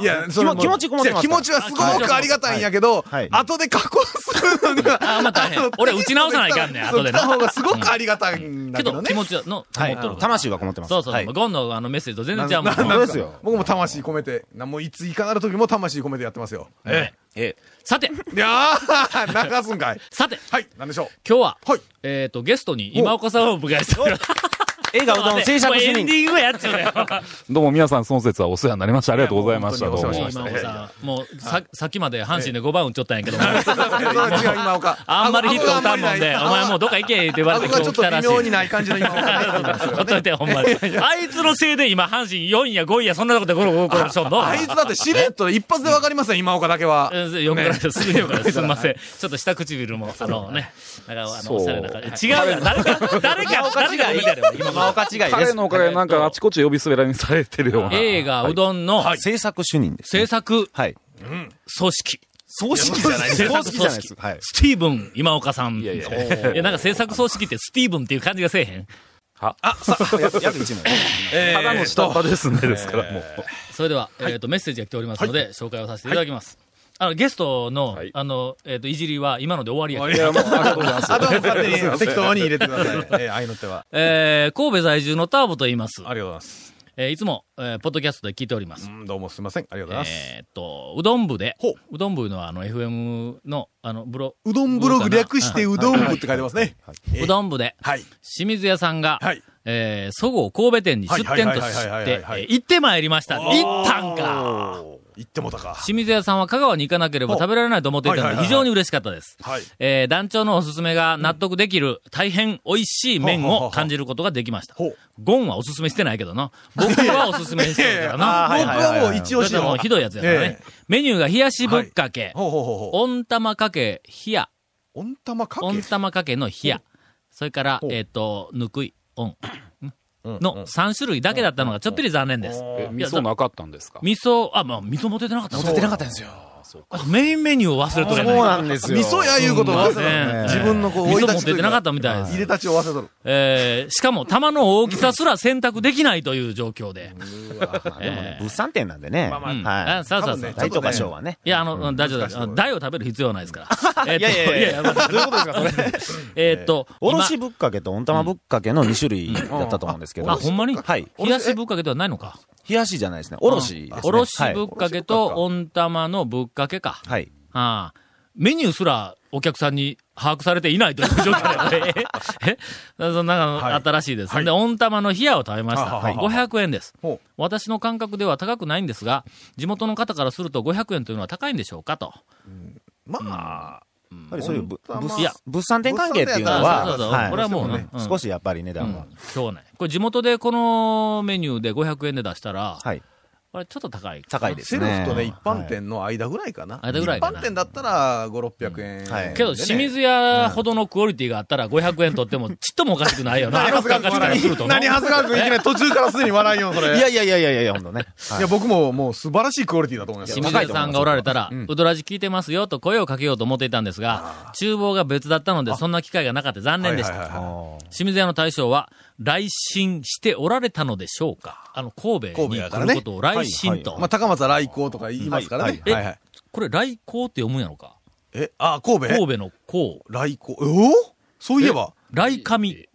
[SPEAKER 3] いや、
[SPEAKER 4] 気も気持ちこもって
[SPEAKER 3] い
[SPEAKER 4] ま
[SPEAKER 3] や
[SPEAKER 4] す
[SPEAKER 3] 気持ちはすごくありがたいんやけど、
[SPEAKER 4] はいはい
[SPEAKER 3] 後で加工するのが、
[SPEAKER 1] あまあ大変俺打ち直さないかんねん後でな
[SPEAKER 3] そう来た方がすごくありがたいんだ
[SPEAKER 1] け
[SPEAKER 3] けど
[SPEAKER 1] ど
[SPEAKER 3] ね。
[SPEAKER 1] 気持ちのこもっとる
[SPEAKER 4] 魂がこもってます。
[SPEAKER 1] そうそう
[SPEAKER 4] は
[SPEAKER 1] そ。
[SPEAKER 4] いう
[SPEAKER 1] ゴンのあのメッセージと全然違うもん
[SPEAKER 3] なな
[SPEAKER 4] そ
[SPEAKER 3] ん
[SPEAKER 4] う
[SPEAKER 3] か
[SPEAKER 4] ですよ
[SPEAKER 3] 僕も魂込めて、なもういついかなる時も魂込めてやってますよ。え
[SPEAKER 4] ええ
[SPEAKER 1] さて
[SPEAKER 3] え。いやー、 [laughs] 流すんかい。
[SPEAKER 1] さて
[SPEAKER 3] はい、な
[SPEAKER 1] [laughs]
[SPEAKER 3] んでしょ
[SPEAKER 1] 今日は、
[SPEAKER 3] はい
[SPEAKER 1] えっ、と、ゲストに今岡さんをお迎えしております。
[SPEAKER 4] 映画うどん制作主
[SPEAKER 1] エンデ
[SPEAKER 4] 任。
[SPEAKER 1] ィングはやっちゃうよ。
[SPEAKER 10] どうも皆さん、孫節はお世話になりました。ありがとうございました。
[SPEAKER 3] いや
[SPEAKER 10] ど
[SPEAKER 3] もう
[SPEAKER 10] う
[SPEAKER 3] 本当に
[SPEAKER 10] も
[SPEAKER 1] 今
[SPEAKER 3] お世話。しました
[SPEAKER 1] 岡さん、もうさ、さっきまで阪神で5番打っちゃったんやけども、
[SPEAKER 3] う。それは [laughs] 違う、今岡。
[SPEAKER 1] あんまりヒット打たんもんで、
[SPEAKER 3] 顎
[SPEAKER 1] お前もうどっか行けって言われて今
[SPEAKER 3] 顎が
[SPEAKER 1] 日
[SPEAKER 3] ち
[SPEAKER 1] 来
[SPEAKER 3] ょっと
[SPEAKER 1] たら
[SPEAKER 3] 微
[SPEAKER 1] しい。
[SPEAKER 3] 妙にない感じの今岡入ってます
[SPEAKER 1] ほ
[SPEAKER 3] よ
[SPEAKER 1] っとい
[SPEAKER 3] ね。
[SPEAKER 1] て、ほんまに。あいつのせいで今、阪神4位や5位や、そんなことでゴロゴロゴロしとんの。
[SPEAKER 3] あいつだってシレットで一発でわかりますね、今岡だけは。
[SPEAKER 1] うん横からです、すぐ横からですすみません。ちょっと下唇も、あのね、なんか、あの、
[SPEAKER 10] そう
[SPEAKER 1] おしゃれな感じ。違うから、誰か、誰か、誰か、誰か、今
[SPEAKER 4] 今岡違いで
[SPEAKER 10] 彼
[SPEAKER 4] す。
[SPEAKER 10] のおかげでなんかあちこち呼びすべらにされてるような。
[SPEAKER 1] 映画、うどんの
[SPEAKER 4] 制作主任です。
[SPEAKER 1] 制作
[SPEAKER 4] はい。
[SPEAKER 1] 組織。
[SPEAKER 4] 葬式じゃない
[SPEAKER 1] 制
[SPEAKER 4] 葬
[SPEAKER 1] 作
[SPEAKER 4] 式じゃ
[SPEAKER 1] 組
[SPEAKER 4] ないです
[SPEAKER 1] 織。。
[SPEAKER 4] はい。
[SPEAKER 1] スティーブン、今岡さん。い
[SPEAKER 10] いやいや
[SPEAKER 1] や、なんか制作組織ってスティーブンっていう感じがせえへん。
[SPEAKER 4] 約約1年。
[SPEAKER 10] ただの下っ端ですね、ですからもう。
[SPEAKER 1] それでは、えっと、メッセージが来ておりますので、紹介をさせていただきます。あの、ゲストの
[SPEAKER 10] はい、
[SPEAKER 1] あの、えっと、いじりは今ので終わりやけど
[SPEAKER 10] いや、もうありがとうございます。
[SPEAKER 3] あとは勝手に適当に入れてください。ええ、ああいうのっては。
[SPEAKER 1] えー神戸在住のターボと言います。
[SPEAKER 3] ありがとうございます。
[SPEAKER 1] えーいつも、えーポッドキャストで聞いております
[SPEAKER 3] う。んどうもすいません。ありがとうございます。
[SPEAKER 1] えーっと、うどん部で
[SPEAKER 3] ほう、
[SPEAKER 1] うどん部のあの FM の、あの、ブロ、
[SPEAKER 3] うどんブログ略して
[SPEAKER 1] う
[SPEAKER 3] うどん部って書いてますね。
[SPEAKER 1] うどん部で、
[SPEAKER 3] はい。
[SPEAKER 1] 清水屋さんが、
[SPEAKER 3] はい
[SPEAKER 1] えー、そごう神戸店に出店と
[SPEAKER 3] はいは
[SPEAKER 1] し
[SPEAKER 3] いはいはい
[SPEAKER 1] て、
[SPEAKER 3] は
[SPEAKER 1] え
[SPEAKER 3] いはい
[SPEAKER 1] ー行ってまいりました。行ったんか
[SPEAKER 3] 言ってもたか。
[SPEAKER 1] 清水屋さんは香川に行かなければ食べられないと思っていたの
[SPEAKER 3] はい
[SPEAKER 1] で、
[SPEAKER 3] はいはいはい
[SPEAKER 1] 非常に嬉しかったです。
[SPEAKER 3] はい。
[SPEAKER 1] えー団長のおすすめが納得できる、大変美味しい麺
[SPEAKER 3] ほうほうほ
[SPEAKER 1] を
[SPEAKER 3] う
[SPEAKER 1] 感じることができました
[SPEAKER 3] ほう。
[SPEAKER 1] ゴンはおすすめしてないけどな。僕はおすすめしてるからな。
[SPEAKER 3] 僕 [laughs] はもう一押し
[SPEAKER 1] だっても
[SPEAKER 3] の
[SPEAKER 1] う。ひどいやつやからね。メニューが冷やしぶっかけ、
[SPEAKER 3] ほうほうほうほう。
[SPEAKER 1] 温玉かけ、冷や、
[SPEAKER 3] 温玉かけ
[SPEAKER 1] 温玉かけの冷や、それから、
[SPEAKER 3] ほう
[SPEAKER 1] えっ、と、ぬくい、温、の3種類だけだったのがちょっぴり残念です。
[SPEAKER 10] え、
[SPEAKER 1] い
[SPEAKER 10] 味
[SPEAKER 1] や
[SPEAKER 10] 噌なかったんですか
[SPEAKER 1] 味噌、あ、まあ、味噌も出てなかった。
[SPEAKER 4] 出てなかったんですよ。
[SPEAKER 1] あメインメニューを忘れと
[SPEAKER 4] そ
[SPEAKER 1] れ
[SPEAKER 4] う
[SPEAKER 1] ない。
[SPEAKER 4] なんですよ。
[SPEAKER 3] 味噌やいうことを忘れた
[SPEAKER 1] うん
[SPEAKER 3] ね
[SPEAKER 1] ね
[SPEAKER 3] 自分のこう、
[SPEAKER 1] 味
[SPEAKER 3] 生い
[SPEAKER 1] 噌
[SPEAKER 3] 立
[SPEAKER 1] 持
[SPEAKER 3] ち
[SPEAKER 1] って
[SPEAKER 3] という
[SPEAKER 1] てなかったみたいです
[SPEAKER 3] 入。れたちを忘れとる。
[SPEAKER 1] えー、しかも、玉の大きさすら選択できないという状況で。
[SPEAKER 4] まあでもね物産展なんでね。
[SPEAKER 1] うん
[SPEAKER 4] は
[SPEAKER 1] あそうそうそう
[SPEAKER 3] 多分ね。
[SPEAKER 4] い。大とか小はね。
[SPEAKER 1] いや、あの、うん大丈夫だよ。台を食べる必要はないですから。えーっと
[SPEAKER 4] いやいやいや
[SPEAKER 1] どういうことですか、それ。 [laughs] えーっと、
[SPEAKER 4] おろ
[SPEAKER 1] 今
[SPEAKER 4] しぶっかけと温玉ぶっかけの2種類だったと思うんですけど。
[SPEAKER 1] あ、ほんまに
[SPEAKER 4] はい。
[SPEAKER 1] 冷やしぶっかけではないのか。
[SPEAKER 4] 冷やしじゃないですね。おろしですね。
[SPEAKER 1] おろしぶっ
[SPEAKER 4] はい
[SPEAKER 1] かけと温玉のぶっかけか。
[SPEAKER 4] はい。
[SPEAKER 1] ああメニューすらお客さんに把握されていないという状況で、ええそんなのがあったらしいです。で、温玉の冷やを食べました。
[SPEAKER 3] はい
[SPEAKER 1] 500円です
[SPEAKER 3] ほう。
[SPEAKER 1] 私の感覚では高くないんですが、地元の方からすると500円というのは高いんでしょうかと。
[SPEAKER 3] まあ、
[SPEAKER 4] やっぱりそういうぶ
[SPEAKER 3] 温玉
[SPEAKER 4] 物物産展関係っていうの
[SPEAKER 1] 物産展やったらそうそうそう
[SPEAKER 4] は、
[SPEAKER 1] これはもうねうん
[SPEAKER 4] 少しやっぱり値
[SPEAKER 1] う
[SPEAKER 4] 段は
[SPEAKER 1] ん。、そうね。これ地元でこのメニューで500円で出したら、
[SPEAKER 4] はい。
[SPEAKER 1] これちょっと高い。
[SPEAKER 4] 高いです
[SPEAKER 3] セル
[SPEAKER 4] ね。
[SPEAKER 3] フとね、一般
[SPEAKER 4] はい。
[SPEAKER 3] 店の間ぐらいかな。
[SPEAKER 1] 間ぐらい
[SPEAKER 3] 一
[SPEAKER 1] かな
[SPEAKER 3] 般店だったら、5、600円で
[SPEAKER 4] は
[SPEAKER 3] ね。
[SPEAKER 4] い
[SPEAKER 1] けど、清水屋ほどのクオリティがあったら500円取ってもちっともおかしくないよな。あの
[SPEAKER 3] 長
[SPEAKER 1] 付
[SPEAKER 3] 谷
[SPEAKER 1] 加
[SPEAKER 3] 川
[SPEAKER 1] 価値からする
[SPEAKER 3] 君
[SPEAKER 1] と
[SPEAKER 3] 笑
[SPEAKER 1] な
[SPEAKER 3] い何長谷川君いきなり途中からすでに笑いよ、それ。
[SPEAKER 4] いやいやいやいやいや、ほんとね。
[SPEAKER 3] いや、僕ももう素晴らしいクオリティだと思います
[SPEAKER 1] 清
[SPEAKER 3] よ。
[SPEAKER 1] 水屋さんがおられたら、うどらじ聞いてますよと声をかけようと思っていたんですが、厨房が別だったので、そんな機会がなかった残念でし
[SPEAKER 3] はいはいはい
[SPEAKER 1] た。
[SPEAKER 3] はい
[SPEAKER 1] 清水屋の大将は、来信しておられたのでしょうかあの、神戸
[SPEAKER 3] 神戸
[SPEAKER 1] に
[SPEAKER 3] や
[SPEAKER 1] 来
[SPEAKER 3] から
[SPEAKER 1] る
[SPEAKER 3] ね
[SPEAKER 1] ことを来信と。
[SPEAKER 3] まあ、高松は来光とか言いますからね。
[SPEAKER 1] はい
[SPEAKER 3] はいはい。
[SPEAKER 1] これ、来光って読むんやろか
[SPEAKER 3] え、あ、神戸
[SPEAKER 1] 神戸の光。
[SPEAKER 3] 来光。おおそういえば。
[SPEAKER 1] 来神。来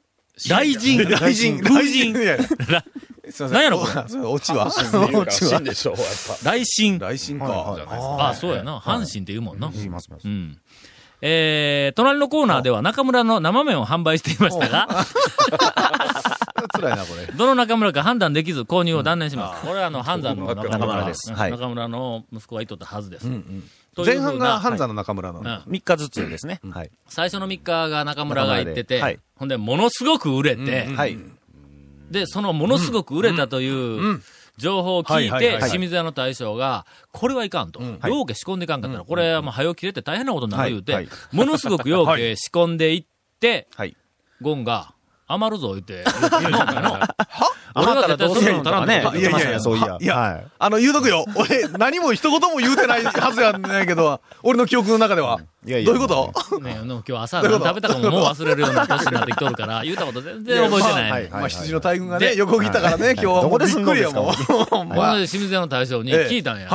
[SPEAKER 1] 神。
[SPEAKER 3] 雷神。
[SPEAKER 1] 風神。
[SPEAKER 3] いやいや
[SPEAKER 1] ら
[SPEAKER 3] すいません。
[SPEAKER 1] 何やろこ [laughs] れ
[SPEAKER 3] れ。オチは。オ
[SPEAKER 1] [laughs]
[SPEAKER 3] チ
[SPEAKER 10] 死
[SPEAKER 3] は
[SPEAKER 10] ん。でしょう、やっ
[SPEAKER 1] 来神。
[SPEAKER 3] 雷神
[SPEAKER 4] はい
[SPEAKER 3] か。
[SPEAKER 1] あ、そうやな。阪神って言うもんな。
[SPEAKER 4] 言います、言いま
[SPEAKER 1] う
[SPEAKER 4] す
[SPEAKER 1] ん。えー、隣のコーナーでは中村の生麺を販売していましたが、 [laughs]
[SPEAKER 3] 辛いな、これ。
[SPEAKER 1] どの中村か判断できず購入を断念します。これはあの、半山の中村
[SPEAKER 4] 中村ですはい
[SPEAKER 1] 中村の息子がいとったはずです。とい
[SPEAKER 5] 前
[SPEAKER 1] うふうな
[SPEAKER 5] 半が半山の中村の。
[SPEAKER 1] うん
[SPEAKER 4] 3日ずつですね。はい。
[SPEAKER 1] 最初の3日が中村が行ってて、
[SPEAKER 4] 中村ではい
[SPEAKER 1] ほんで、ものすごく売れて、
[SPEAKER 4] はい。
[SPEAKER 1] で、そのものすごく売れたという情報を聞い
[SPEAKER 3] はいはい
[SPEAKER 1] て、
[SPEAKER 3] はいはい
[SPEAKER 1] 清水屋の大将が、これはいかんと。ようけ仕込んでいかんかったら、これはもう早起きれて大変なことになる言う
[SPEAKER 4] は
[SPEAKER 1] て
[SPEAKER 4] いは、
[SPEAKER 1] ものすごくようけ仕込んでいって、
[SPEAKER 4] はい。
[SPEAKER 1] ゴンが、余るぞ、言 [laughs] って。言うたんやの俺
[SPEAKER 4] 余
[SPEAKER 1] が絶
[SPEAKER 4] ったら
[SPEAKER 1] 対
[SPEAKER 4] どう
[SPEAKER 1] そんな
[SPEAKER 4] す
[SPEAKER 1] の
[SPEAKER 4] るの
[SPEAKER 1] 足んとか。
[SPEAKER 4] かららね言ってましたね、そういや。
[SPEAKER 3] いや
[SPEAKER 4] はい。
[SPEAKER 3] あの、言うとくよ。俺、何も一言も言うてないはずやねんけど、俺の記憶の中では。どういうこと
[SPEAKER 1] ね、でも今日朝何食べたかももう忘れるような年になってきとるから、言うたこと全然覚えてない。
[SPEAKER 3] まあ羊の大群がね、
[SPEAKER 1] で
[SPEAKER 3] 横切ったからね、今日はもうびっくりやもう。 [laughs]
[SPEAKER 1] この清水屋の大将に聞いたんや。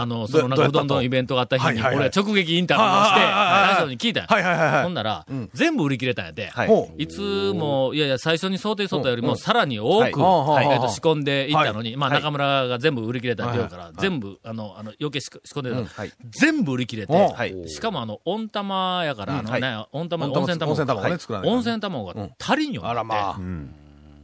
[SPEAKER 1] あの、そのなんかうどんどんイベントがあった日に、俺は直撃インタビューをして、大将に聞いたんや。ほんなら、全部売り切れたんやで。
[SPEAKER 3] も
[SPEAKER 1] いつも、いやいや、最初に想定しとったよりも、さらに多く、えっと
[SPEAKER 3] はい
[SPEAKER 1] 仕込んでいったのに、まあ、中村が全部売り切れたって言うから、全部、あの、あの、余計仕込んでたの全部売り切れて、しかも、あの、温玉やから、あの、ね、温玉、温泉卵。
[SPEAKER 3] 温泉卵ね作らないと
[SPEAKER 1] 温泉卵が足りんよ。
[SPEAKER 3] うあらま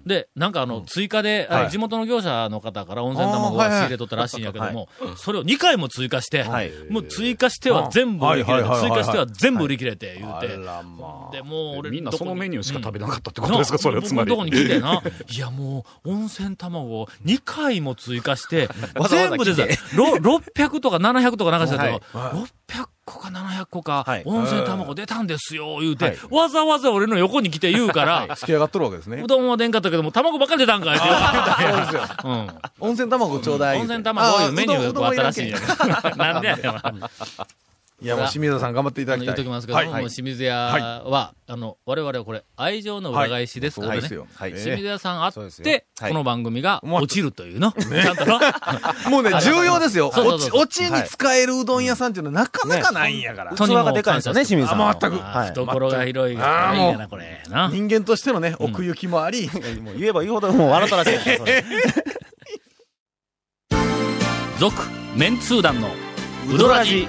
[SPEAKER 1] で、なんかあの、追加で、あれ地元の業者の方から温泉卵
[SPEAKER 3] あーは
[SPEAKER 1] はい
[SPEAKER 3] はい
[SPEAKER 1] 仕入れとったらしいんやけども、それを2回も追加して
[SPEAKER 4] はい、
[SPEAKER 1] もう追加しては全部売り切れて、
[SPEAKER 3] はいは
[SPEAKER 1] 追
[SPEAKER 3] いはいはいはい
[SPEAKER 1] 加しては全部売り切れて、言う
[SPEAKER 3] あ。
[SPEAKER 1] て。
[SPEAKER 3] らま
[SPEAKER 1] で、もう俺、
[SPEAKER 11] みんなそのメニューしか食べなかったって
[SPEAKER 1] べ
[SPEAKER 11] ことですか、それはつまり。
[SPEAKER 1] どこに聞いてな。いや、もう、温泉卵を2回も追加して、
[SPEAKER 4] わざわ
[SPEAKER 1] 全
[SPEAKER 4] ざ来
[SPEAKER 1] 部
[SPEAKER 4] て
[SPEAKER 1] でさ、ろ600とか700とか流してたけど、
[SPEAKER 3] は
[SPEAKER 1] 600個か700個か
[SPEAKER 4] はい、
[SPEAKER 1] 温泉卵出たんですよ、言うて、わざわざ俺の横に来て言うから
[SPEAKER 3] あ。、付き上がっとるわけですね
[SPEAKER 1] う。どんは出んかったけども、卵ばっかり出たんかいって言われた
[SPEAKER 3] そうですよ。
[SPEAKER 1] うん。
[SPEAKER 3] 温泉卵ちょうだい。
[SPEAKER 1] 温泉卵こういうメニューがこうあったらしいん
[SPEAKER 3] や
[SPEAKER 1] や。けど。 [laughs] なんでやねん。
[SPEAKER 3] いや、もう清水さん頑張っていただきた
[SPEAKER 1] 言
[SPEAKER 3] い。
[SPEAKER 1] っときますけども、
[SPEAKER 3] はい
[SPEAKER 1] 清水屋は、あの、我々はこれ、愛情の裏返しですから
[SPEAKER 3] そう
[SPEAKER 1] ね。
[SPEAKER 3] ですよ。はい
[SPEAKER 1] 清水屋さんあっ
[SPEAKER 4] そうですよ
[SPEAKER 1] て、
[SPEAKER 4] はい
[SPEAKER 1] この番組が落ちると
[SPEAKER 4] [laughs]
[SPEAKER 1] いうの。ちゃんとの。
[SPEAKER 3] もうね、重要ですよ。
[SPEAKER 1] そうそう
[SPEAKER 3] お
[SPEAKER 1] そう
[SPEAKER 3] ち、おちに使えるうどん屋さんっていうのはなかなかないんやから。
[SPEAKER 1] 本当にもう
[SPEAKER 4] 器がでかいんですよね、清水さんは。
[SPEAKER 3] あ全く
[SPEAKER 1] まあ
[SPEAKER 4] はい。
[SPEAKER 1] 懐が広い
[SPEAKER 3] あ
[SPEAKER 1] が
[SPEAKER 3] ー
[SPEAKER 1] いい
[SPEAKER 3] もう
[SPEAKER 1] やな、これ。な。
[SPEAKER 3] 人間としてのね、奥行きもあり、
[SPEAKER 4] もう言えば言うほどもう笑ったらしいですねそれ。
[SPEAKER 1] 続メンツー団のウドラジ